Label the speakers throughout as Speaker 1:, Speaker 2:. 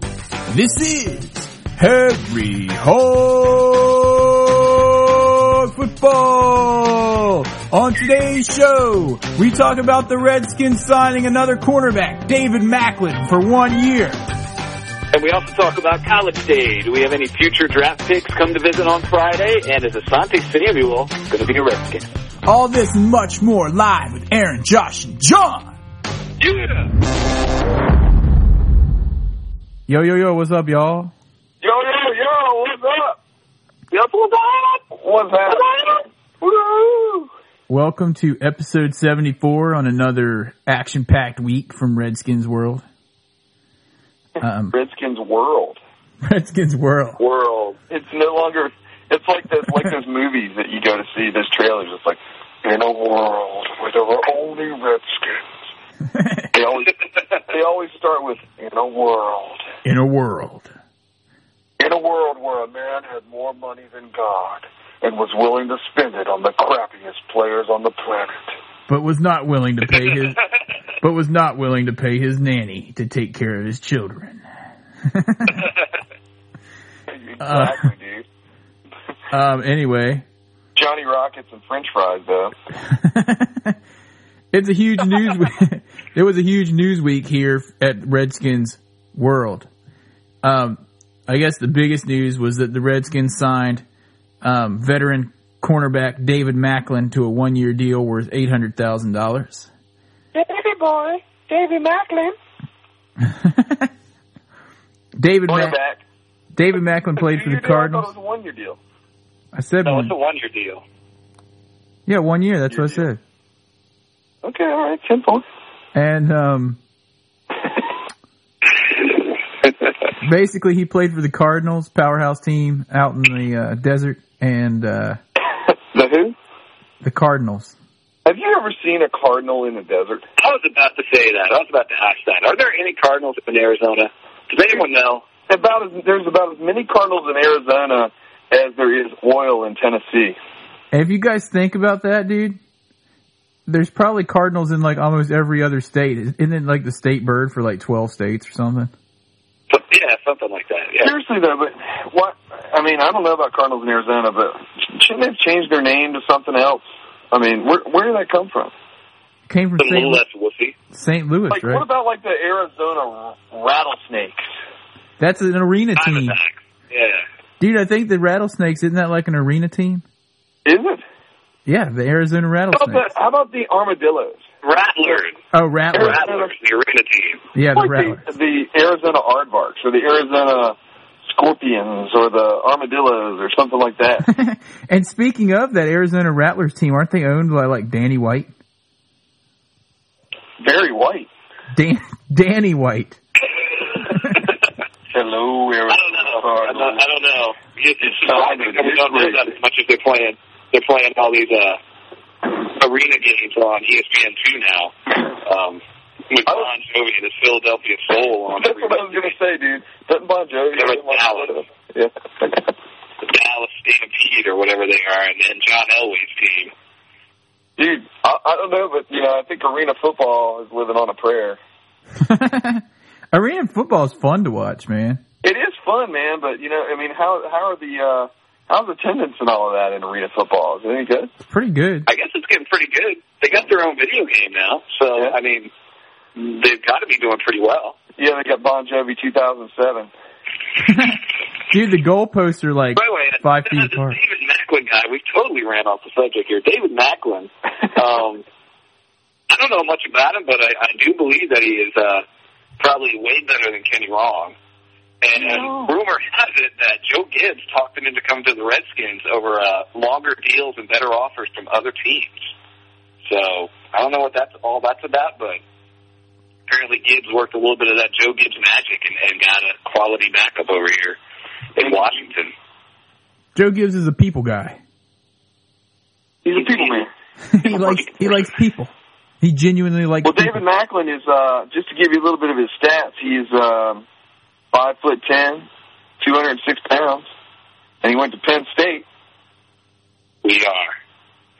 Speaker 1: This is Harry Hog Football. On today's show, we talk about the Redskins signing another cornerback, David Macklin, for one year.
Speaker 2: And we also talk about College Day. Do we have any future draft picks come to visit on Friday? And is Asante Samuel going to be a Redskin?
Speaker 1: All this and much more live with Aaron, Josh, and John.
Speaker 2: Yeah!
Speaker 1: Yo, yo, yo, what's up, y'all?
Speaker 3: Yo, yo, yo, what's up? Yep, what's up? What's happening? Woo!
Speaker 1: Welcome to episode 74 on another action packed week from Redskins World. Um,
Speaker 3: Redskins world.
Speaker 1: Redskins World.
Speaker 3: World. It's no longer, it's like this, like those movies that you go to see, those trailers. It's like, in a world where there were only Redskins. They always, they always start with, in a world.
Speaker 1: In a world.
Speaker 3: In a world where a man had more money than God and was willing to spend it on the crappiest players on the planet.
Speaker 1: But was not willing to pay his but was not willing to pay his nanny to take care of his children.
Speaker 3: Exactly, dude.
Speaker 1: Um anyway.
Speaker 3: Johnny Rockets and French fries, though.
Speaker 1: It's a huge news week. it was a huge news week here at Redskins World. Um, I guess the biggest news was that the Redskins signed um, veteran cornerback David Macklin to a one-year deal worth eight hundred thousand dollars.
Speaker 4: Baby boy, Davy Macklin.
Speaker 1: David
Speaker 3: Bring it
Speaker 1: Mac-
Speaker 3: back.
Speaker 1: David Macklin played for
Speaker 3: Two-year
Speaker 1: the
Speaker 3: deal? I thought
Speaker 1: Cardinals.
Speaker 3: It was a one-year deal.
Speaker 1: I said
Speaker 2: No, it's
Speaker 1: one.
Speaker 2: a one-year deal.
Speaker 1: Yeah, one year. That's what I said.
Speaker 3: Okay, all right, ten points.
Speaker 1: And um, basically, he played for the Cardinals, powerhouse team out in the uh, desert, and uh,
Speaker 3: The who?
Speaker 1: the Cardinals.
Speaker 3: Have you ever seen a cardinal in the desert?
Speaker 2: I was about to say that. I was about to ask that. Are there any Cardinals in Arizona? Does anyone know?
Speaker 3: About as, there's about as many cardinals in Arizona as there is oil in Tennessee.
Speaker 1: And if you guys think about that, dude, there's probably Cardinals in like almost every other state. Isn't it like the state bird for like 12 states or something?
Speaker 2: But, yeah, something like that. Yeah.
Speaker 3: Seriously though, but what? I mean, I don't know about cardinals in Arizona, but shouldn't they've changed their name to something else? I mean, where where did that come from?
Speaker 1: Came from
Speaker 2: It's a little
Speaker 1: St.
Speaker 2: less woofy.
Speaker 1: St. Louis,
Speaker 3: Like, what
Speaker 1: right?
Speaker 3: about like the Arizona rattlesnakes?
Speaker 1: That's an arena
Speaker 2: Time
Speaker 1: team,
Speaker 2: attack. Yeah.
Speaker 1: dude. I think the Rattlesnakes isn't that like an arena team?
Speaker 3: Is it?
Speaker 1: Yeah, the Arizona
Speaker 3: How about the,
Speaker 1: Rattlesnakes.
Speaker 3: how about the armadillos?
Speaker 2: Rattlers.
Speaker 1: Oh, Rattlers.
Speaker 2: Rattlers, the arena team.
Speaker 1: Yeah, the
Speaker 3: like
Speaker 1: Rattlers.
Speaker 3: the, the Arizona aardvarks or the Arizona scorpions or the armadillos or something like that.
Speaker 1: and speaking of that Arizona Rattlers team, aren't they owned by like Danny White?
Speaker 3: Very white.
Speaker 1: Dan- Danny White.
Speaker 3: Hello,
Speaker 2: I
Speaker 3: Arizona.
Speaker 2: don't know. I don't, I don't know. It's Oh, it's surprising that we don't know that as much as they're playing. They're playing all these uh, arena games on E ESPN two now. Um, with
Speaker 3: I was-
Speaker 2: Bon Jovi and his Philadelphia Soul on
Speaker 3: That's
Speaker 2: every
Speaker 3: what I was going to say, dude. Doesn't Bon Jovi?
Speaker 2: They're in Dallas.
Speaker 3: Yeah.
Speaker 2: Dallas Stampede or whatever they are, and then John Elway's team.
Speaker 3: dude, I, I don't know, but you know, I think arena football is living on a prayer.
Speaker 1: arena football is fun to watch, man.
Speaker 3: It is fun, man, but you know, I mean, how how are the uh, how's attendance and all of that in arena football? Is it any good?
Speaker 1: It's pretty good.
Speaker 2: I guess it's getting pretty good. They got their own video game now, so
Speaker 3: Yeah.
Speaker 2: I mean, they've got to be doing pretty well.
Speaker 3: Yeah, they got Bon Jovi 2007.
Speaker 1: Dude, the goalposts are like
Speaker 2: By the way,
Speaker 1: five
Speaker 2: uh,
Speaker 1: feet
Speaker 2: this
Speaker 1: apart.
Speaker 2: David Macklin guy, we totally ran off the subject here. David Macklin,
Speaker 3: Uh,
Speaker 2: um, I don't know much about him, but I, I do believe that he is uh, probably way better than Kenny Wrong. And
Speaker 4: No.
Speaker 2: rumor has it that Joe Gibbs talked him into coming to the Redskins over uh, longer deals and better offers from other teams. So I don't know what that's all that's about, but apparently Gibbs worked a little bit of that Joe Gibbs magic and, and got a quality backup over here in Washington.
Speaker 1: Joe Gibbs is a people guy.
Speaker 3: He's a people man.
Speaker 1: he likes he likes people. He genuinely likes
Speaker 3: Well,
Speaker 1: people.
Speaker 3: David Macklin is uh, just to give you a little bit of his stats. He's um, five foot ten, two hundred six pounds, and he went to Penn State.
Speaker 2: We are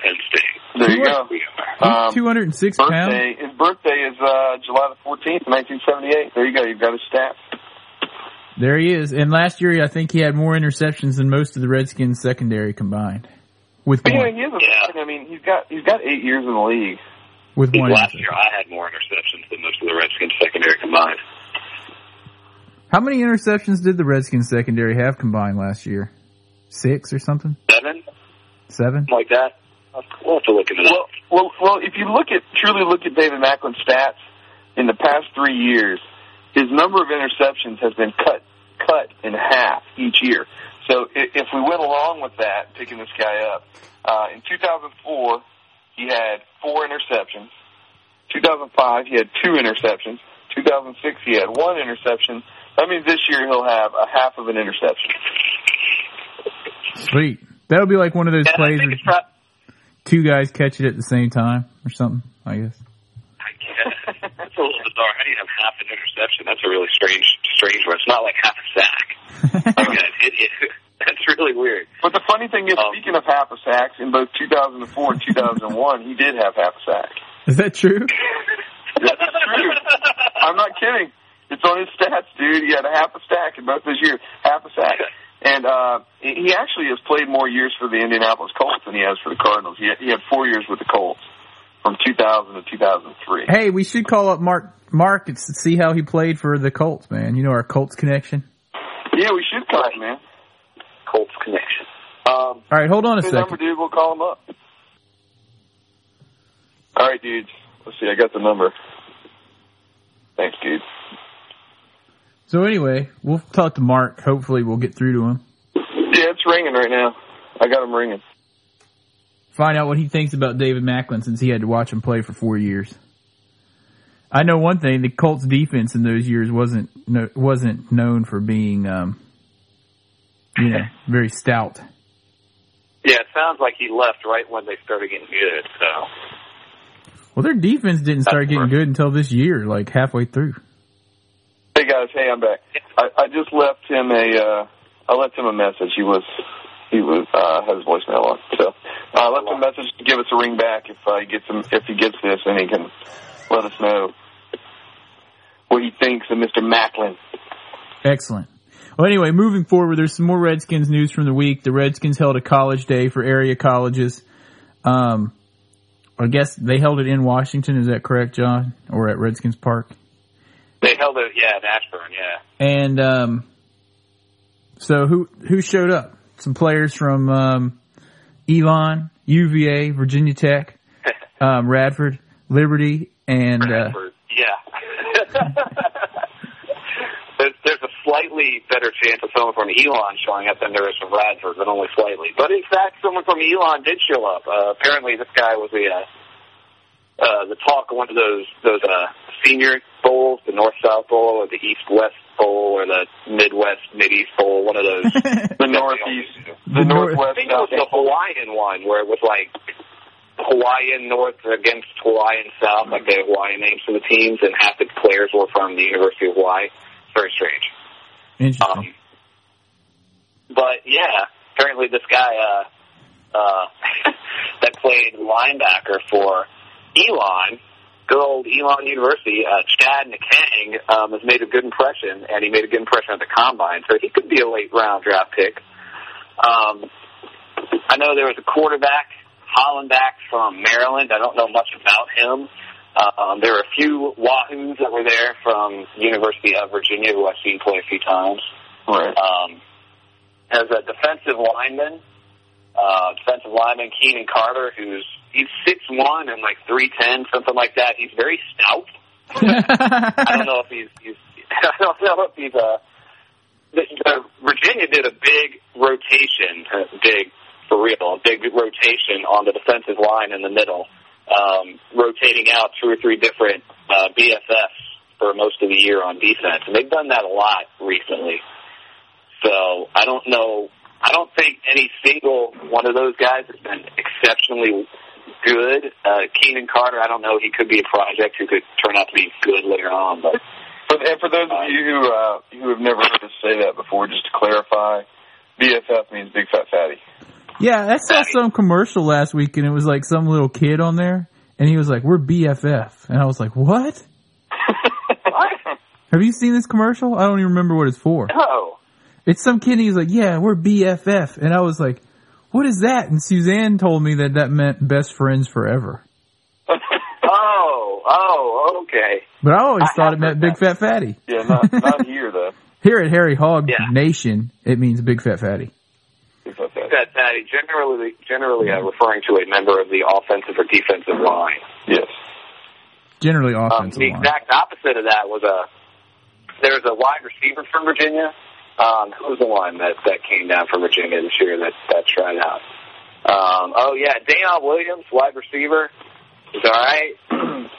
Speaker 2: Penn State.
Speaker 3: There you go.
Speaker 2: We are.
Speaker 3: Um,
Speaker 1: He's 206 pounds.
Speaker 3: birthday. His birthday is uh, July the fourteenth, nineteen seventy eight. There you go. You've got his stats.
Speaker 1: There he is. And last year, I think he had more interceptions than most of the Redskins secondary combined, with
Speaker 3: But anyway,
Speaker 1: one.
Speaker 3: he is a
Speaker 2: Yeah.
Speaker 3: I mean, he's got he's got eight years in the league.
Speaker 1: With one.
Speaker 2: Last
Speaker 1: interception.
Speaker 2: year, I had more interceptions than most of the Redskins secondary combined.
Speaker 1: How many interceptions did the Redskins secondary have combined last year? Six or something?
Speaker 2: Seven,
Speaker 1: Seven?
Speaker 2: something like that. We'll have to look into that.
Speaker 3: Well, well, well. If you look at truly look at David Macklin's stats in the past three years, his number of interceptions has been cut cut in half each year. So i- if we went along with that, picking this guy up uh, in 2004, he had four interceptions. 2005, he had two interceptions. 2006, he had one interception. That means this year he'll have a half of an interception.
Speaker 1: Sweet. That would be like one of those
Speaker 2: Yeah, I
Speaker 1: plays where
Speaker 2: think it's prob-
Speaker 1: two guys catch it at the same time or something, I guess.
Speaker 2: I guess. That's a little bizarre. How do you have half an interception? That's a really strange, strange one. It's not like half a sack. I mean, it, it, that's really weird.
Speaker 3: But the funny thing is,
Speaker 2: Um,
Speaker 3: speaking of half a sacks, in both 2004 and 2001, he did have half a sack.
Speaker 1: Is that true?
Speaker 3: That's true. I'm not kidding. It's on his stats, dude. He had a half a stack in both his years, half a sack. And uh, he he actually has played more years for the Indianapolis Colts than he has for the Cardinals. He had, he had four years with the Colts from 2000 to 2003.
Speaker 1: Hey, we should call up Mark Mark and s- see how he played for the Colts, man. You know our Colts connection.
Speaker 3: Yeah, we should call him, man.
Speaker 2: Colts connection.
Speaker 3: Um,
Speaker 1: All right, hold on a
Speaker 3: his number,
Speaker 1: second.
Speaker 3: dude. We'll call him up. All right, dudes. Let's see. I got the number. Thanks, dude.
Speaker 1: So anyway, we'll talk to Mark. Hopefully, we'll get through to him.
Speaker 3: Yeah, it's ringing right now. I got him ringing.
Speaker 1: find out what he thinks about David Macklin since he had to watch him play for four years. I know one thing: the Colts' defense in those years wasn't no, wasn't known for being, um, you know, very stout.
Speaker 2: Yeah, it sounds like he left right when they started getting good. So
Speaker 1: Well, their defense didn't start getting good until this year, like halfway through.
Speaker 3: Hey guys, hey, I'm back. I, I just left him a uh, I left him a message. He was he was uh, had his voicemail on, so I left him a message to give us a ring back if uh, he gets him if he gets this, and he can let us know what he thinks of Mr. Macklin.
Speaker 1: Excellent. Well, anyway, moving forward, there's some more Redskins news from the week. The Redskins held a college day for area colleges. Um, I guess they held it in Washington. Is that correct, John? Or at Redskins Park?
Speaker 2: they held it. Yeah, in Ashburn. Yeah.
Speaker 1: And um, so who who showed up? Some players from um, Elon, UVA, Virginia Tech, um, Radford, Liberty, and uh,
Speaker 2: Or- yeah. there's, there's a slightly better chance of someone from Elon showing up than there is from Radford, but only slightly. But in fact, someone from Elon did show up. Uh, apparently, this guy was the uh, uh, the talk of one of those those uh, senior bowls, the North South Bowl, or the East West Bowl, or the Midwest Mid East Bowl. One of those.
Speaker 3: The Northeast, the,
Speaker 1: The Nor-
Speaker 2: I
Speaker 3: Northwest.
Speaker 2: think it was the Hawaiian one where it was like Hawaiian North against Hawaiian South, like the Hawaiian names for the teams, and half the players were from the University of Hawaii. Very strange.
Speaker 1: interesting.
Speaker 2: Um, but yeah, apparently this guy uh, uh, that played linebacker for Elon, good old Elon University, uh, Chad Nakang, um, has made a good impression, and he made a good impression at the combine, so he could be a late round draft pick. Um, I know there was a quarterback, Hollenbach from Maryland. I don't know much about him. Um, there were a few Wahoos that were there from University of Virginia who I've seen play a few times.
Speaker 3: Right.
Speaker 2: Um, as a defensive lineman, uh, defensive lineman Keenan Carter, who's he's six one and like three ten, something like that. He's very stout. I don't know if he's, he's I don't know if he's uh the, the Virginia did a big rotation, uh, big for real, a big rotation on the defensive line in the middle, um, rotating out two or three different uh, BFFs for most of the year on defense, and they've done that a lot recently. So I don't know. I don't think any single one of those guys has been exceptionally good. Uh, Keenan Carter, I don't know. He could be a project who could turn out to be good later on, but
Speaker 3: For, and for those of you who uh, who have never heard us say that before, just to clarify, BFF means big fat fatty.
Speaker 1: yeah, I saw some commercial last week, and it was like some little kid on there, and he was like, "We're BFF," and I was like, "What?" Have you seen this commercial? I don't even remember what it's for.
Speaker 3: No.
Speaker 1: It's some kid. and He's like, "Yeah, we're BFF," and I was like, "What is that?" And Suzanne told me that that meant best friends forever.
Speaker 3: oh, oh, okay.
Speaker 1: But I always
Speaker 3: I
Speaker 1: thought it
Speaker 3: have
Speaker 1: meant big
Speaker 3: heard
Speaker 1: fat fatty.
Speaker 3: Yeah, not not here though.
Speaker 1: Here at Harry Hog
Speaker 2: Yeah.
Speaker 1: Nation, it means big fat fatty.
Speaker 3: It's not that.
Speaker 2: That Patty generally generally uh, referring to a member of the offensive or defensive line.
Speaker 3: Yes.
Speaker 1: Generally,
Speaker 2: Um,
Speaker 1: offensive
Speaker 2: the
Speaker 1: line.
Speaker 2: exact opposite of that was a there was a wide receiver from Virginia. Um, who was the one that that came down from Virginia this year that that tried out? Um, oh yeah, Deion Williams, wide receiver, is all right.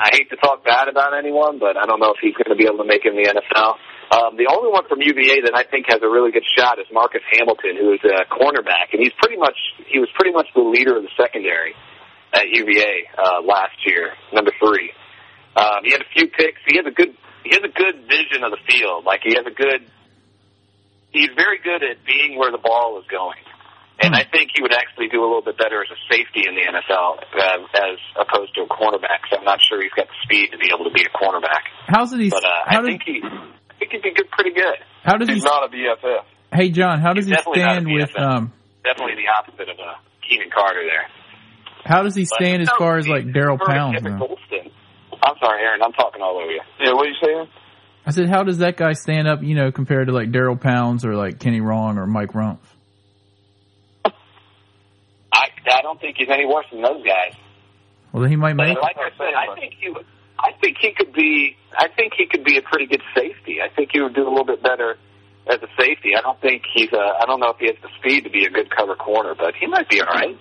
Speaker 2: I hate to talk bad about anyone, but I don't know if he's going to be able to make it in the NFL. Um, the only one from UVA that I think has a really good shot is Marcus Hamilton, who is a cornerback, and he's pretty much he was pretty much the leader of the secondary at UVA uh, last year, number three. Um, he had a few picks. He has a good he has a good vision of the field. Like he has a good he's very good at being where the ball is going. And
Speaker 1: Hmm.
Speaker 2: I think he would actually do a little bit better as a safety in the NFL uh, as opposed to a cornerback. So I'm not sure he's got the speed to be able to be a cornerback.
Speaker 1: How's it he?
Speaker 2: But uh,
Speaker 1: how
Speaker 2: I
Speaker 1: does
Speaker 2: think he I think he'd be good, pretty good.
Speaker 1: how does he?
Speaker 3: He's not a BFF.
Speaker 1: Hey John, how does he
Speaker 2: He's definitely not a
Speaker 1: stand with?
Speaker 2: BFF.
Speaker 1: Um,
Speaker 2: Definitely the opposite of uh, Keenan Carter there.
Speaker 1: how does he
Speaker 2: But-
Speaker 1: stand as
Speaker 2: No,
Speaker 1: far as
Speaker 2: he's
Speaker 1: like Daryl Pound?
Speaker 2: preferring Kevin
Speaker 1: though?
Speaker 2: Golston. I'm sorry, Aaron. I'm talking all over you.
Speaker 3: Yeah, what are you saying?
Speaker 1: I said, how does that guy stand up? You know, compared to like Daryl Pounds or like Kenny Wrong or Mike Rumpf.
Speaker 2: I, I don't think he's any worse than those guys.
Speaker 1: Well, then he might
Speaker 2: But
Speaker 1: make.
Speaker 2: like I said, I think he, would- I think he could be, I think he could be a pretty good safety. I think he would do a little bit better as a safety. I don't think he's a, I don't know if he has the speed to be a good cover corner, but he might be all right.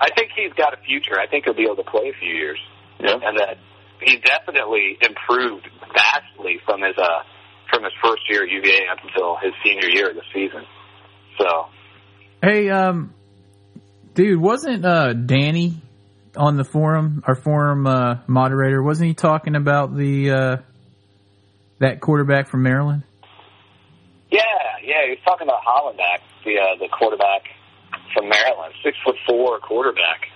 Speaker 2: I think he's got a future. I think he'll be able to play a few years,
Speaker 3: Yeah.
Speaker 2: and that he definitely improved vastly from his uh from his first year at UVA up until his senior year of the season. So
Speaker 1: Hey, um, dude, wasn't uh Danny on the forum? Our forum uh, moderator wasn't he talking about the uh that quarterback from Maryland?
Speaker 2: Yeah, yeah, he was talking about Hollenbeck, the uh, the quarterback from Maryland, six foot four quarterback.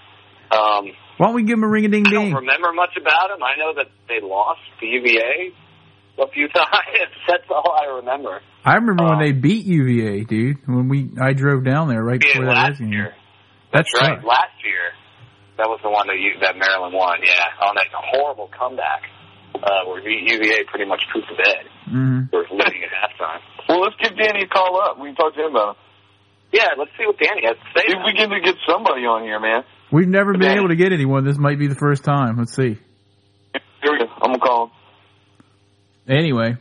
Speaker 2: Um,
Speaker 1: Why don't we give him a ring a ding
Speaker 2: I don't
Speaker 1: ding?
Speaker 2: remember much about him. I know that they lost to UVA a few times. That's all I remember.
Speaker 1: I remember when
Speaker 2: um,
Speaker 1: they beat UVA, dude. When we I drove down there right
Speaker 2: Yeah,
Speaker 1: before that
Speaker 2: last
Speaker 1: Redskin game.
Speaker 2: year.
Speaker 1: That's,
Speaker 2: right.
Speaker 1: tough.
Speaker 2: Last year, that was the one that you, that Maryland won. Yeah, on that horrible comeback uh, where UVA pretty much pooped the bed.
Speaker 1: Mhm.
Speaker 2: We're leading at halftime.
Speaker 3: Well, let's give Danny a call up. We can talk to him about it.
Speaker 2: Yeah, let's see what Danny has to say.
Speaker 3: If we can get somebody on here, man.
Speaker 1: We've never been
Speaker 3: Okay.
Speaker 1: able to get anyone. This might be the first time. Let's see.
Speaker 3: Here we go. I'm gonna call him.
Speaker 1: Anyway,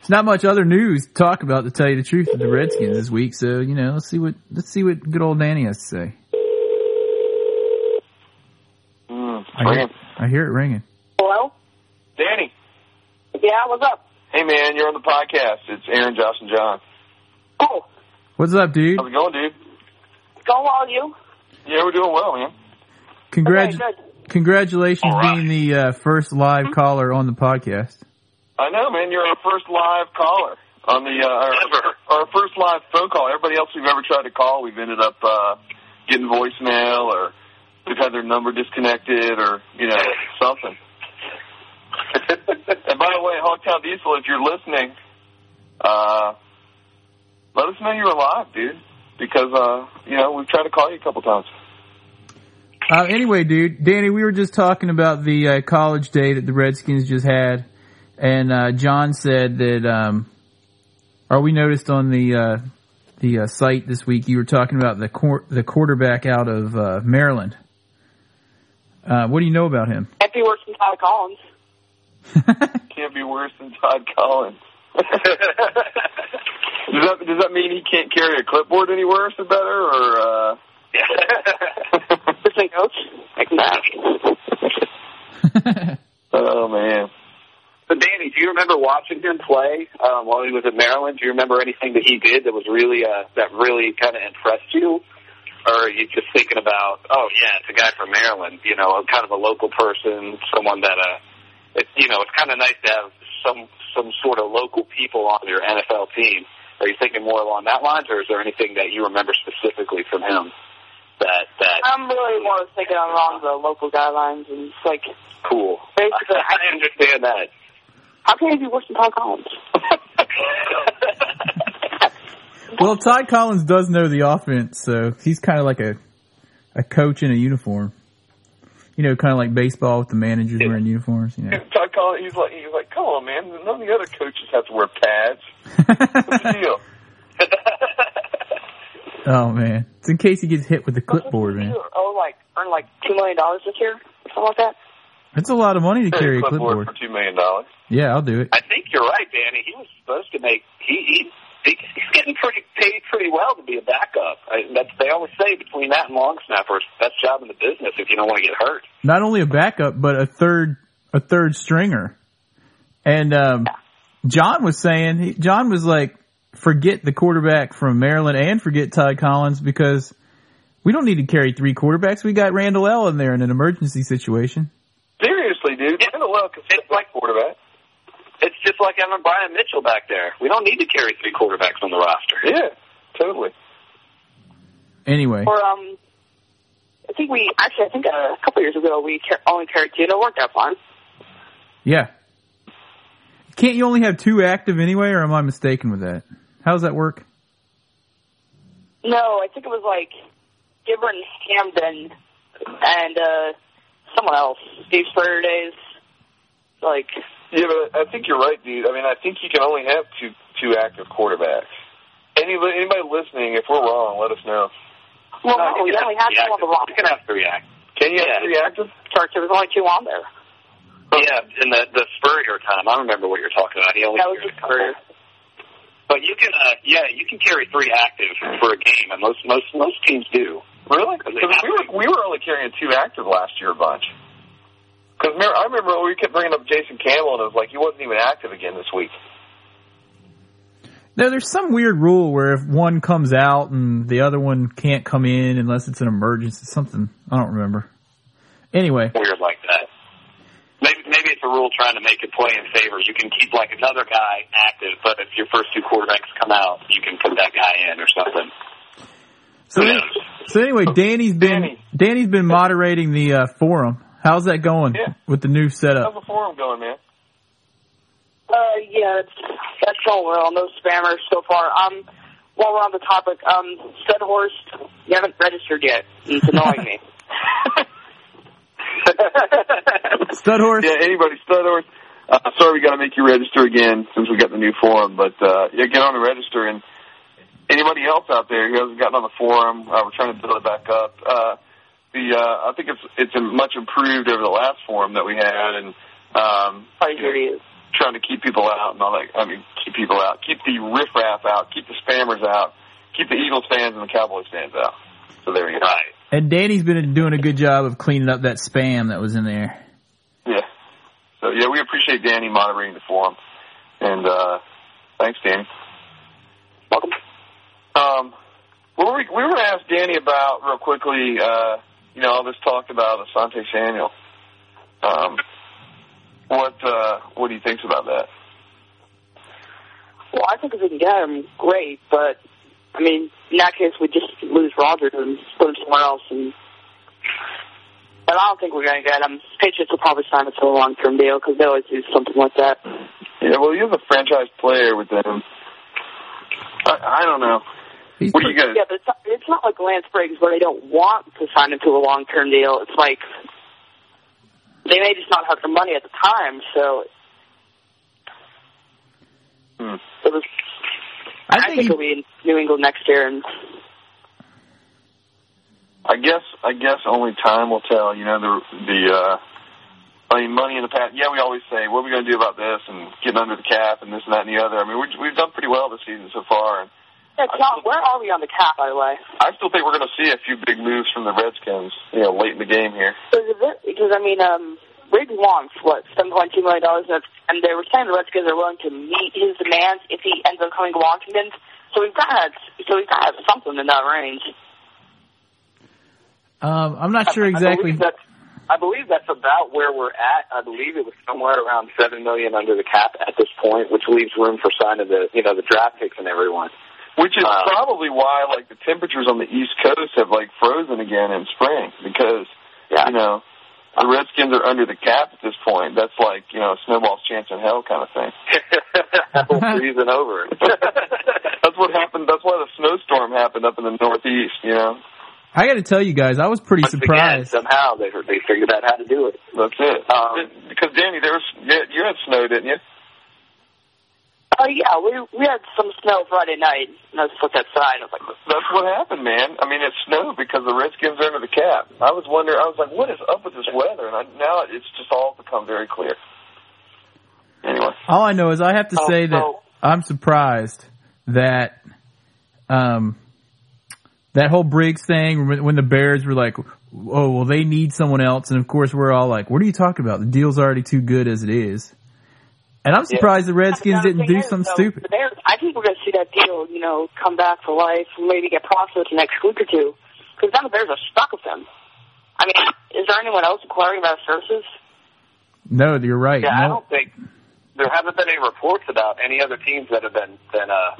Speaker 1: it's not much other news to talk about to tell you the truth of the Redskins this week. So you know, let's see what let's see what good old Danny has to say.
Speaker 3: Mm,
Speaker 1: I hear,
Speaker 3: ring.
Speaker 1: I hear it ringing.
Speaker 4: Hello?
Speaker 3: Danny.
Speaker 4: Yeah, what's up?
Speaker 3: Hey man, you're on the podcast. It's Aaron, Josh, and John.
Speaker 4: Oh,
Speaker 1: What's up, dude?
Speaker 3: How's it going, dude?
Speaker 4: go on, you.
Speaker 3: Yeah, we're doing well, man.
Speaker 1: Congrats!
Speaker 4: Okay, good. Mm-hmm.
Speaker 1: Congratulations
Speaker 2: All right.
Speaker 1: being the uh, first live caller on the podcast.
Speaker 3: I know, man. You're our first live caller on the uh, our,
Speaker 2: Ever.
Speaker 3: our first live phone call. Everybody else we've ever tried to call, we've ended up uh, getting voicemail or we've had their number disconnected or you know something. And by the way, Hogtown Diesel, if you're listening, uh, let us know you're alive, dude. Because uh, you know we've tried to call you a couple times.
Speaker 1: Uh, anyway, dude, Danny, we were just talking about the uh, college day that the Redskins just had, and uh, John said that. Um, are we noticed on the uh, the uh, site this week? You were talking about the quar the quarterback out of uh, Maryland. Uh, what do you know about him?
Speaker 4: Happy works from Todd Collins.
Speaker 3: Can't be worse than Todd Collins. Does that does that mean he can't carry a clipboard any worse or better or? Uh...
Speaker 4: Listen, coach. I can
Speaker 3: oh man.
Speaker 2: So, Danny, do you remember watching him play um, while he was at Maryland? Do you remember anything that he did that was really uh, that really kind of impressed you, or are you just thinking about, oh yeah, it's a guy from Maryland, you know, kind of a local person, someone that, uh, it, you know, it's kind of nice to have some some sort of local people on your NFL team. Are you thinking more along that lines, or is there anything that you remember specifically from him that that
Speaker 4: I'm really more thinking along the local guidelines and it's like
Speaker 2: cool?
Speaker 4: Basically, I-
Speaker 2: I understand that.
Speaker 4: How can he be worse than Todd Collins?
Speaker 1: Well, Todd Collins does know the offense, so he's kind of like a a coach in a uniform. You know, kind of like baseball with the managers wearing uniforms. You know.
Speaker 3: Todd Collins, he's like, he's like, come on, man. None of the other coaches have to wear pads. What's the deal?
Speaker 1: oh man, it's in case he gets hit with the clipboard, man.
Speaker 4: Oh, like earn like two million dollars this year, or something like that.
Speaker 1: That's a lot of money to carry a
Speaker 3: clipboard
Speaker 1: clipboard.
Speaker 3: for two million dollars.
Speaker 1: Yeah, I'll do it.
Speaker 2: I think you're right, Danny. He was supposed to make he, he he's getting pretty paid pretty well to be a backup. I, that's they always say between that and long snapper, it's the best job in the business if you don't want to get hurt.
Speaker 1: Not only a backup, but a third a third stringer. And um, John was saying, he, John was like, forget the quarterback from Maryland and forget Todd Collins because we don't need to carry three quarterbacks. We got Randall L in there in an emergency situation.
Speaker 3: Seriously, dude.
Speaker 2: Yeah.
Speaker 3: Randall L can sit like quarterback.
Speaker 2: It's just like having Brian Mitchell back there. We don't need to carry three quarterbacks on the roster.
Speaker 3: Yeah, totally.
Speaker 1: Anyway,
Speaker 4: Or um, I think we actually I think uh, a couple years ago we car- only carried two. and It worked out fine.
Speaker 1: yeah. Can't you only have two active anyway, or am I mistaken with that? How does that work?
Speaker 4: No, I think it was like Gibran Hamden and uh someone else. Steve Furdays. Like
Speaker 3: Yeah, but I think you're right, dude. I mean, I think you can only have two two active quarterbacks. Any, anybody listening, if we're wrong, let us know.
Speaker 4: well
Speaker 2: No,
Speaker 4: no,
Speaker 2: you
Speaker 4: Oh, we
Speaker 2: can
Speaker 4: only had
Speaker 2: three
Speaker 4: one on
Speaker 2: active.
Speaker 4: the
Speaker 2: You can
Speaker 4: roster.
Speaker 2: have three active.
Speaker 3: Can you
Speaker 2: Yeah.
Speaker 3: have three active?
Speaker 4: Church, there was only two on there.
Speaker 2: Yeah, in the the Spurrier time. I remember what you're talking about. He only
Speaker 4: That was
Speaker 2: carried
Speaker 4: just
Speaker 2: Spurrier. But you can, uh, yeah, you can carry three active for a game, and most most most teams do.
Speaker 3: Really?
Speaker 2: Because they
Speaker 3: Because
Speaker 2: have
Speaker 3: we were we were only carrying two active last year a bunch. Because I remember we kept bringing up Jason Campbell, and it was like he wasn't even active again this week.
Speaker 1: No, there's some weird rule where if one comes out and the other one can't come in unless it's an emergency, something. I don't remember. Anyway,
Speaker 2: weird like that. Maybe maybe it's a rule trying to make it play in favor. You can keep like another guy active, but if your first two quarterbacks come out, you can put that guy in or something.
Speaker 1: so
Speaker 2: Yeah.
Speaker 1: so anyway, Danny's been
Speaker 3: Danny.
Speaker 1: Danny's been moderating the uh, forum. How's that going
Speaker 3: Yeah.
Speaker 1: with the new
Speaker 3: How's
Speaker 1: setup?
Speaker 3: the forum going, man?
Speaker 4: Uh, yeah, it's- that's going well. No spammers so far. Um, while we're on the topic, um, Studhorst, you haven't registered yet. It's annoying me.
Speaker 1: Studhorse,
Speaker 3: Yeah, anybody stutters. Uh, sorry, we got to make you register again since we got the new forum. But uh, yeah, get on and register. And anybody else out there who hasn't gotten on the forum, uh, we're trying to build it back up. Uh, the uh, I think it's it's much improved over the last forum that we had, and um,
Speaker 4: Probably here he is.
Speaker 3: trying to keep people out and all that. I mean, keep people out, keep the riffraff out, keep the spammers out, keep the Eagles fans and the Cowboys fans out. So there you go.
Speaker 2: Right.
Speaker 1: and Danny's been doing a good job of cleaning up that spam that was in there.
Speaker 3: Yeah. So yeah, we appreciate Danny moderating the forum, and uh, thanks, Danny.
Speaker 4: Welcome.
Speaker 3: Um, we were, we were asked Danny about real quickly. Uh, you know, all this talk about Asante Samuel. Um, what uh, what do you think about that?
Speaker 4: Well, I think if we can get him, great. But I mean, in that case, we just lose Rogers and put him somewhere else. And but I don't think we're going to get him. Patriots will probably sign him to a long-term deal because they always do something like that.
Speaker 3: Yeah, well, he's a franchise player with them. I, I don't know.
Speaker 1: He's
Speaker 3: What do you guys?
Speaker 4: Yeah, but it's not, it's not like Lance Briggs where they don't want to sign him to a long term deal. It's like they may just not have the money at the time, so
Speaker 3: Hmm.
Speaker 4: it was. I think,
Speaker 1: he-
Speaker 4: he'll be in New England next year, and
Speaker 3: I guess I guess only time will tell. You know the the uh, I mean money in the past. Yeah, we always say what are we going to do about this and getting under the cap and this and that and the other. I mean we we've done pretty well this season so far, and
Speaker 4: yeah, John, where are we on the cap, by the way?
Speaker 3: I still think we're going to see a few big moves from the Redskins. You know, late in the game here.
Speaker 4: Because I mean, um, Briggs wants what seven point two million dollars, and they were saying the Redskins are willing to meet his demands if he ends up coming to Washington. So we've got so we've got something in that range.
Speaker 1: um, I'm not sure
Speaker 2: I
Speaker 1: exactly.
Speaker 2: believe, that's, I believe that's about where we're at. I believe it was somewhere around seven million under the cap at this point, which leaves room for signing the you know the draft picks and everyone.
Speaker 3: Which is
Speaker 2: Uh,
Speaker 3: probably why like the temperatures on the East Coast have like frozen again in spring because
Speaker 2: Yeah.
Speaker 3: you know the Redskins are under the cap at this point. That's like you know a snowball's chance in hell kind of thing.
Speaker 2: Apple trees and over.
Speaker 3: That's what happened. That's why the snowstorm happened up in the Northeast. You know,
Speaker 1: I got to tell you guys, I was pretty
Speaker 2: Once again,
Speaker 1: surprised.
Speaker 2: somehow they they figured out how to do it.
Speaker 3: that's it.
Speaker 2: Um,
Speaker 3: Because Danny, there was you- you had snow, didn't you?
Speaker 4: Oh yeah, we we had some snow Friday night, and I was looked outside. And I was like,
Speaker 3: That's what happened, man. I mean, it snowed because the Redskins are under the cap. I was wondering. I was like, what is up with this weather? And I, now it's just all become very clear. Anyway,
Speaker 1: All I know is I have to
Speaker 4: Oh,
Speaker 1: say that
Speaker 4: oh.
Speaker 1: I'm surprised that um that whole Briggs thing when, when the Bears were like, "Oh, well, they need someone else," and of course we're all like, "What are you talking about? The deal's already too good as it is." And I'm surprised the Redskins
Speaker 4: The
Speaker 1: didn't do
Speaker 4: thing is,
Speaker 1: something
Speaker 4: though,
Speaker 1: stupid.
Speaker 4: the Bears- I think we're going to see that deal, you know, come back for life, maybe get processed the next week or two, because now the Bears are stuck with them. I mean, is there anyone else inquiring about services?
Speaker 1: No, you're right.
Speaker 2: yeah, I
Speaker 1: No.
Speaker 2: don't think there haven't been any reports about any other teams that have been been uh,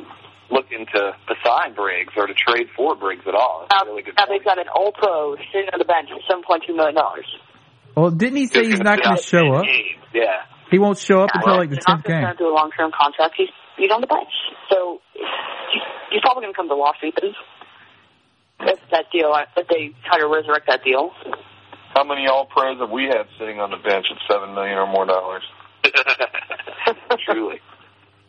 Speaker 2: looking to to sign Briggs or to trade for Briggs at all. That's
Speaker 4: Now,
Speaker 2: a really good.
Speaker 4: now
Speaker 2: point.
Speaker 4: they've got an All Pro sitting on the bench for seven point two million dollars.
Speaker 1: Well, didn't he say he's not going to
Speaker 2: Just
Speaker 1: show
Speaker 2: gonna sit
Speaker 1: up?
Speaker 2: out ten games. Yeah.
Speaker 1: He won't show up until
Speaker 4: Now,
Speaker 1: like the
Speaker 4: they're not
Speaker 1: tenth game.
Speaker 4: going to do a long term contract. He's he's on the bench, so he's, he's probably going to come to Washington. If that deal, if they try to resurrect that deal,
Speaker 3: how many All Pros have we had sitting on the bench at seven million or more dollars?
Speaker 2: Truly.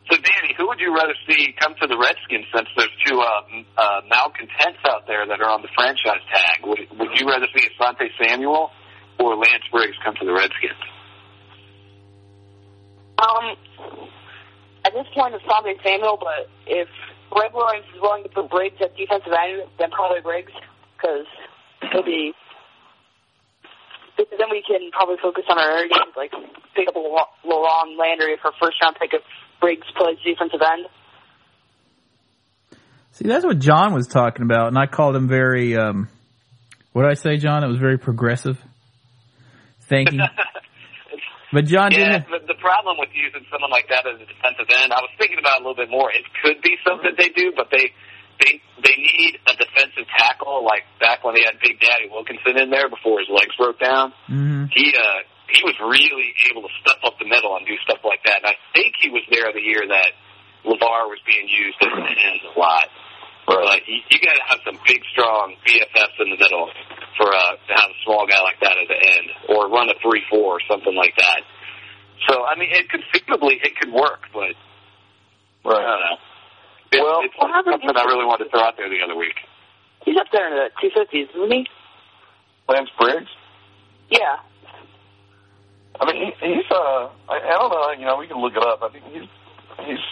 Speaker 2: So, Danny, who would you rather see come to the Redskins since there's two uh, m- uh, malcontents out there that are on the franchise tag? Would, would you rather see Asante Samuel or Lance Briggs come to the Redskins?
Speaker 4: Um, at this point, it's probably Samuel, but if Greg Lawrence is willing to put Briggs at defensive end, then probably Briggs, because it'll be. Because then we can probably focus on our other games, like pick up Lau- Laurent Landry for first round pick if Briggs plays defensive end.
Speaker 1: See, that's what John was talking about, and I called him very. Um, what did I say, John? It was very progressive thinking. but John
Speaker 2: Yeah,
Speaker 1: didn't.
Speaker 2: the, the problem with using someone like that as a defensive end, I was thinking about it a little bit more. It could be something they do, but they they they need a defensive tackle like back when they had Big Daddy Wilkinson in there before his legs broke down.
Speaker 1: Mhm.
Speaker 2: he uh, he was really able to step up the middle and do stuff like that. And I think he was there the year that Levar was being used as an end a lot. But you, you got to have some big, strong BFFs in the middle for uh, to have a small guy like that at the end, or run a three-four or something like that. So I mean, it conceivably it could work, but I
Speaker 3: Right.
Speaker 2: don't know. It,
Speaker 3: Well-
Speaker 2: it's something I really wanted to throw out there the other week.
Speaker 4: He's up there in the 250s, isn't he?
Speaker 3: Uh, Lance Briggs.
Speaker 4: Yeah.
Speaker 3: I mean, he, he's uh, I, I don't know. You know, we can look it up. I think he's he's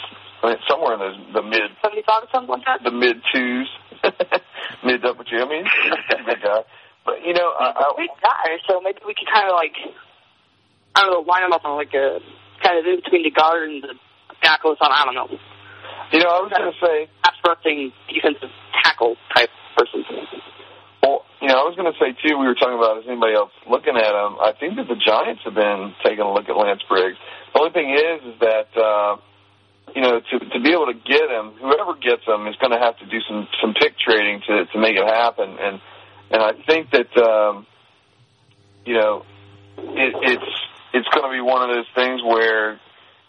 Speaker 3: I mean, somewhere in the, the mid
Speaker 4: 75 or something like that?
Speaker 3: the mid twos, mid double G. I mean, he's a good guy. But you know, I,
Speaker 4: He's a
Speaker 3: I,
Speaker 4: big guy, so maybe we could kind of like, I don't know, line him up on like a kind of in between the guard and the tackle or something. I don't know.
Speaker 3: you know, I was gonna say,
Speaker 4: Pass rushing defensive tackle type person.
Speaker 3: well, you know, I was gonna say too. We were talking about is anybody else looking at him? I think that the Giants have been taking a look at Lance Briggs. The only thing is, is that. Uh, you know, to to be able to get him, whoever gets him is going to have to do some some pick trading to to make it happen. And and I think that um, you know it, it's it's going to be one of those things where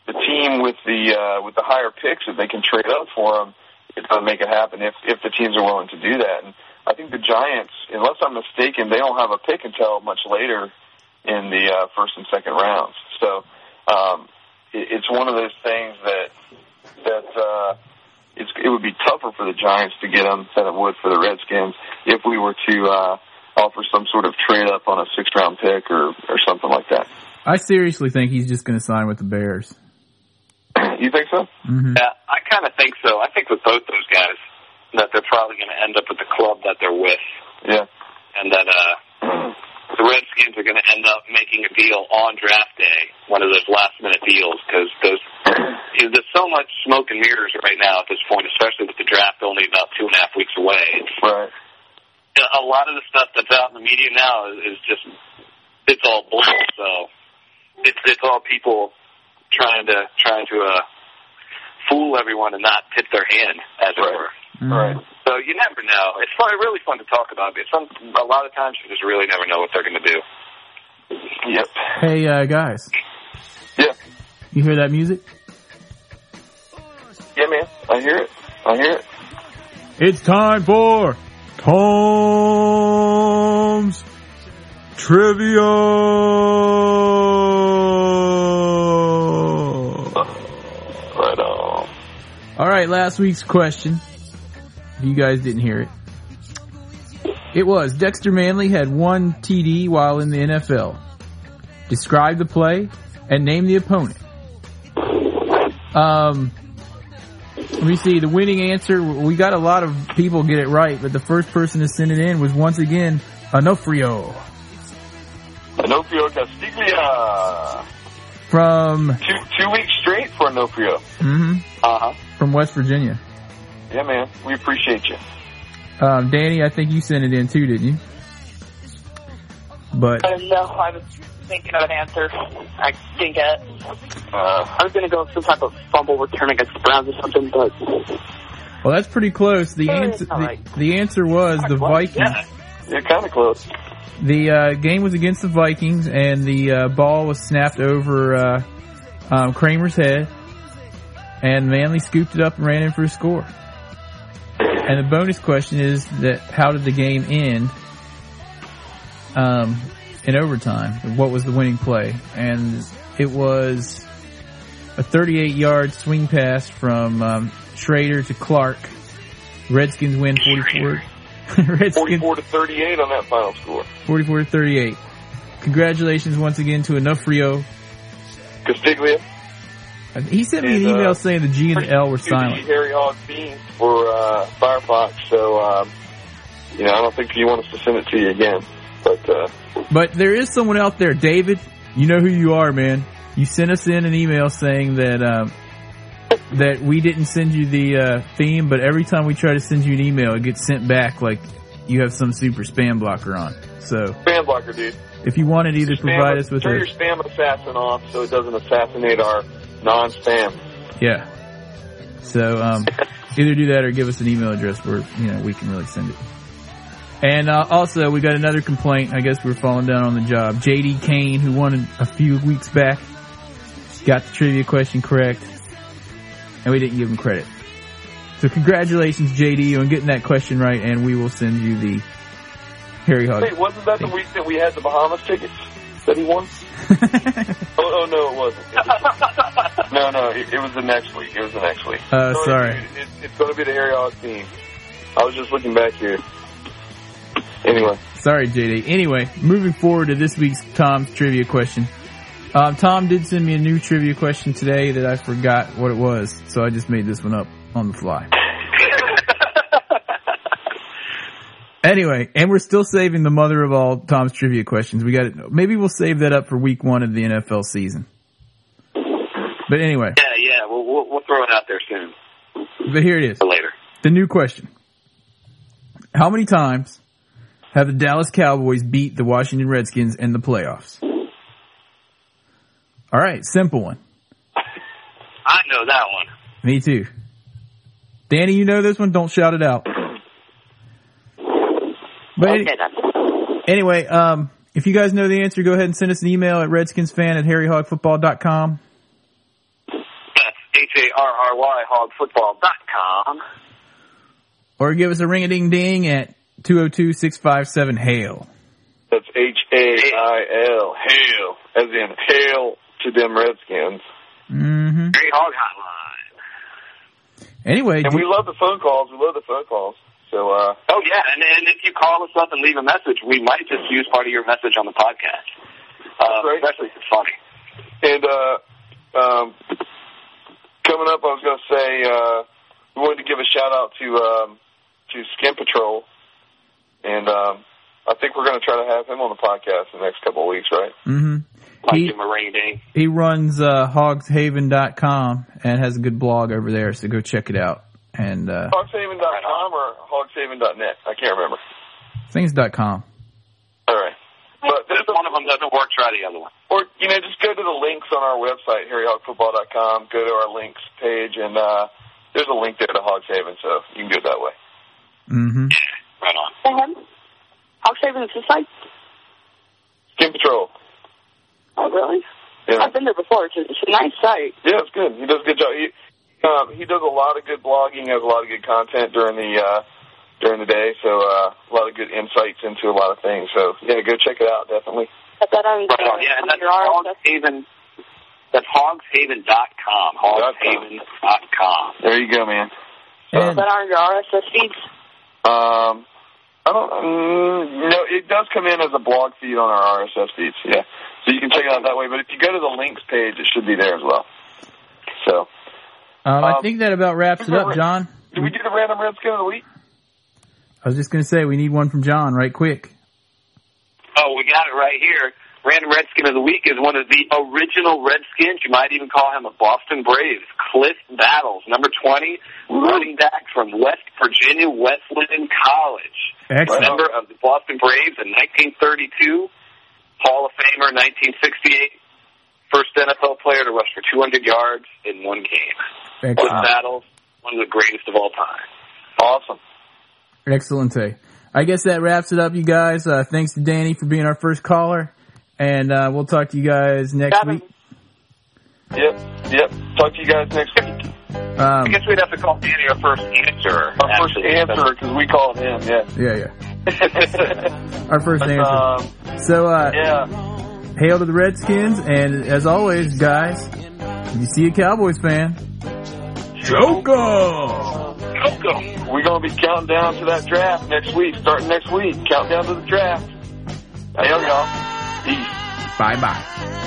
Speaker 3: the team with the uh, with the higher picks, if they can trade up for him, it's going to make it happen. If if the teams are willing to do that, and I think the Giants, unless I'm mistaken, they don't have a pick until much later in the uh, first and second rounds. So um, it, it's one of those things that that uh, it's, it would be tougher for the Giants to get him than it would for the Redskins if we were to uh, offer some sort of trade up on a six round pick or or something like that.
Speaker 1: I seriously think he's just going to sign with the Bears.
Speaker 3: you think so?
Speaker 1: hmm
Speaker 2: Yeah, I kind of think so. I think with both those guys that they're probably going to end up with the club that they're with.
Speaker 3: Yeah.
Speaker 2: and that uh, the Redskins are going to end up making a deal on draft day, one of those last minute deals, because those you know, there's so much smoke and mirrors right now at this point, especially with the draft only about two and a half weeks away. It's,
Speaker 3: Right.
Speaker 2: a lot of the stuff that's out in the media now is, is just it's all bull. So it's it's all people trying to trying to uh, fool everyone and not tip their hand, as it
Speaker 3: Right.
Speaker 2: were.
Speaker 1: Mm-hmm.
Speaker 3: Right.
Speaker 2: So you never know. It's fun, really fun to talk about. But some, a lot of times you just really never know what they're going to do.
Speaker 3: Yep.
Speaker 1: Hey uh, guys,
Speaker 3: Yeah.
Speaker 1: you hear that music?
Speaker 3: Yeah, man. I hear it. I hear it.
Speaker 1: It's time for Tom's Trivia.
Speaker 3: Right on.
Speaker 1: All right, last week's question. If you guys didn't hear it, it was Dexter Manley had one TD while in the NFL. Describe the play and name the opponent. Um, let me see. The winning answer we got a lot of people get it right, but the first person to send it in was once again Onofrio
Speaker 3: Anofrio Castiglia.
Speaker 1: from
Speaker 3: Two two weeks straight for Anofrio.
Speaker 1: mhm,
Speaker 3: Uh huh.
Speaker 1: from West Virginia.
Speaker 3: Yeah, man. We appreciate you.
Speaker 1: Um, Danny, I think you sent it in too, didn't you? But
Speaker 4: Uh, no, I was thinking of an answer. I didn't get it.
Speaker 3: Uh,
Speaker 4: I was going to go with some type of fumble return against the Browns or something, but
Speaker 1: Well, that's pretty close. The
Speaker 4: Yeah,
Speaker 1: answer,
Speaker 4: it's all
Speaker 1: the,
Speaker 4: right.
Speaker 1: the answer was the Vikings.
Speaker 3: Yeah. You're kind of close.
Speaker 1: The uh, game was against the Vikings, and the uh, ball was snapped over uh, um, Kramer's head, and Manley scooped it up and ran in for a score. And the bonus question is that how did the game end? Um, in overtime, what was the winning play? And it was a 38-yard swing pass from um, Schrader to Clark. Redskins win 44. Redskins
Speaker 3: 44 to 38 on that final score.
Speaker 1: 44 to 38. Congratulations once again to Enough Rio.
Speaker 3: Castiglia.
Speaker 1: He sent me an
Speaker 3: And, uh,
Speaker 1: email saying the G and the L were
Speaker 3: Pretty huge
Speaker 1: silent.
Speaker 3: Harry Hog Beans for uh, Firefox. So, um, you know, I don't think he wants to send it to you again. But uh,
Speaker 1: But there is someone out there, David. You know who you are, man. You sent us in an email saying that um, that we didn't send you the uh, theme, but every time we try to send you an email, it gets sent back like you have some super spam blocker on. So
Speaker 3: spam blocker, dude.
Speaker 1: if you wanted to either provide
Speaker 3: Spam-
Speaker 1: us with
Speaker 3: turn
Speaker 1: a
Speaker 3: your spam assassin off so it doesn't assassinate our non-spam.
Speaker 1: yeah, so um, either do that or give us an email address where you know we can really send it. And uh, also, we got another complaint. I guess we were falling down on the job. JD Kane, who won a few weeks back, got the trivia question correct, and we didn't give him credit. So congratulations, JD, on getting that question right, and we will send you the Harry Hog.
Speaker 3: Hey, wasn't that the week that we had the Bahamas tickets that he won? Oh, oh no, it wasn't. It was- no, no, it, it was the next week. It was the next week.
Speaker 1: Uh, sorry.
Speaker 3: dude, it, it's going to be the Harry Hog team. I was just looking back here. Anyway,
Speaker 1: Sorry, JD. Anyway, moving forward to this week's Tom's trivia question. Um, Tom did send me a new trivia question today that I forgot what it was, so I just made this one up on the fly. anyway, and we're still saving the mother of all Tom's trivia questions. We got it. Maybe we'll save that up for week one of the NFL season. But anyway,
Speaker 2: Yeah, yeah. We'll, we'll, we'll throw it out there soon
Speaker 1: but here it is.
Speaker 2: or later.
Speaker 1: The new question. How many times have the Dallas Cowboys beat the Washington Redskins in the playoffs? All right, simple one.
Speaker 2: I know that one.
Speaker 1: Me too. Danny, you know this one. Don't shout it out. But any-
Speaker 4: okay then.
Speaker 1: anyway, um, if you guys know the answer, go ahead and send us an email at redskinsfan at harryhogfootball.com.
Speaker 2: That's H A R R Y hogfootball dot com.
Speaker 1: Or give us a ring a ding ding at 202 657 HAIL.
Speaker 3: that's H A I L. Hail, as in hail to them Redskins.
Speaker 1: hmm
Speaker 2: Harry Hog Hotline.
Speaker 1: Anyway,
Speaker 3: And
Speaker 1: do-
Speaker 3: we love the phone calls. We love the phone calls. So, uh,
Speaker 2: Oh yeah, and, and if you call us up and leave a message, we might just use part of your message on the podcast. Uh,
Speaker 3: That's right.
Speaker 2: Especially if it's funny.
Speaker 3: And uh, um, coming up, I was going to say uh, we wanted to give a shout out to um, to Skin Patrol, and um, I think we're going to try to have him on the podcast in the next couple of weeks, right?
Speaker 1: mhm.
Speaker 2: Like
Speaker 1: He-
Speaker 2: give him a rainy day.
Speaker 1: He runs uh, hogshaven.com and has a good blog over there, so go check it out. And uh,
Speaker 3: Hogsaven.com or Hogsaven.net? I can't remember.
Speaker 1: things dot com.
Speaker 3: All right, but
Speaker 2: If one of them doesn't work, try the other one.
Speaker 3: or you know, just go to the links on our website, HarryHogFootball.com. Go to our links page, and uh, there's a link there to Hogsaven, so you can do it that way.
Speaker 1: Mm-hmm.
Speaker 2: Right on.
Speaker 4: Hey, him? Hog Saving Society?
Speaker 3: Skin Patrol.
Speaker 4: Oh, really?
Speaker 3: Yeah,
Speaker 4: I've been there before. It's a, it's a nice site.
Speaker 3: yeah, it's good. He does a good job. He um, he does a lot of good blogging. Has a lot of good content during the uh, during the day. So uh, a lot of good insights into a lot of things. So yeah, go check it out. Definitely.
Speaker 4: Got that on,
Speaker 2: Right on. uh, Yeah, and
Speaker 4: on
Speaker 2: that's
Speaker 4: your arm. That's
Speaker 2: Hogshaven. That's hogshaven.com. Hogshaven.com.
Speaker 3: There you go, man.
Speaker 4: got that on your RSS feeds.
Speaker 3: Um, I don't. Mm, no, it does come in as a blog feed on our RSS feeds. Yeah, so you can check it out that way. But if you go to the links page, it should be there as well. So,
Speaker 1: Um, I
Speaker 3: Um,
Speaker 1: think that about wraps it up, John.
Speaker 3: did we do the random redskin of the week?
Speaker 1: I was just going to say we need one from John right quick.
Speaker 2: Oh, we got it right here. Random Redskin of the Week is one of the original Redskins. You might even call him a Boston Braves. Cliff Battles, number 20, running back from West Virginia Wesleyan College.
Speaker 1: Excellent.
Speaker 2: Member of the Boston Braves in 1932, Hall of Famer 1968, first NFL player to rush for 200 yards in one game. Cliff
Speaker 1: Excellent.
Speaker 3: Uh-huh.
Speaker 2: Battles, one of the greatest of all time.
Speaker 3: Awesome.
Speaker 1: Excellent day. I guess that wraps it up, you guys. Uh, thanks to Danny for being our first caller, and uh, we'll talk to you guys next
Speaker 4: Got it.
Speaker 1: week.
Speaker 3: Yep. Yep. Talk to you guys next week.
Speaker 1: Um,
Speaker 2: I guess we'd have to call Danny our first answerer.
Speaker 3: Our first
Speaker 2: actually.
Speaker 3: answer because we called him. Yeah.
Speaker 1: yeah, yeah.
Speaker 3: but,
Speaker 1: Our first answer.
Speaker 3: um,
Speaker 1: So, uh,
Speaker 3: yeah.
Speaker 1: hail to the Redskins, and as always, guys, if you see a Cowboys fan, choke 'em!
Speaker 2: Coco.
Speaker 3: We're gonna be counting down to that draft next week. Starting next week, countdown to the draft. Hail y'all. Peace.
Speaker 1: Bye bye.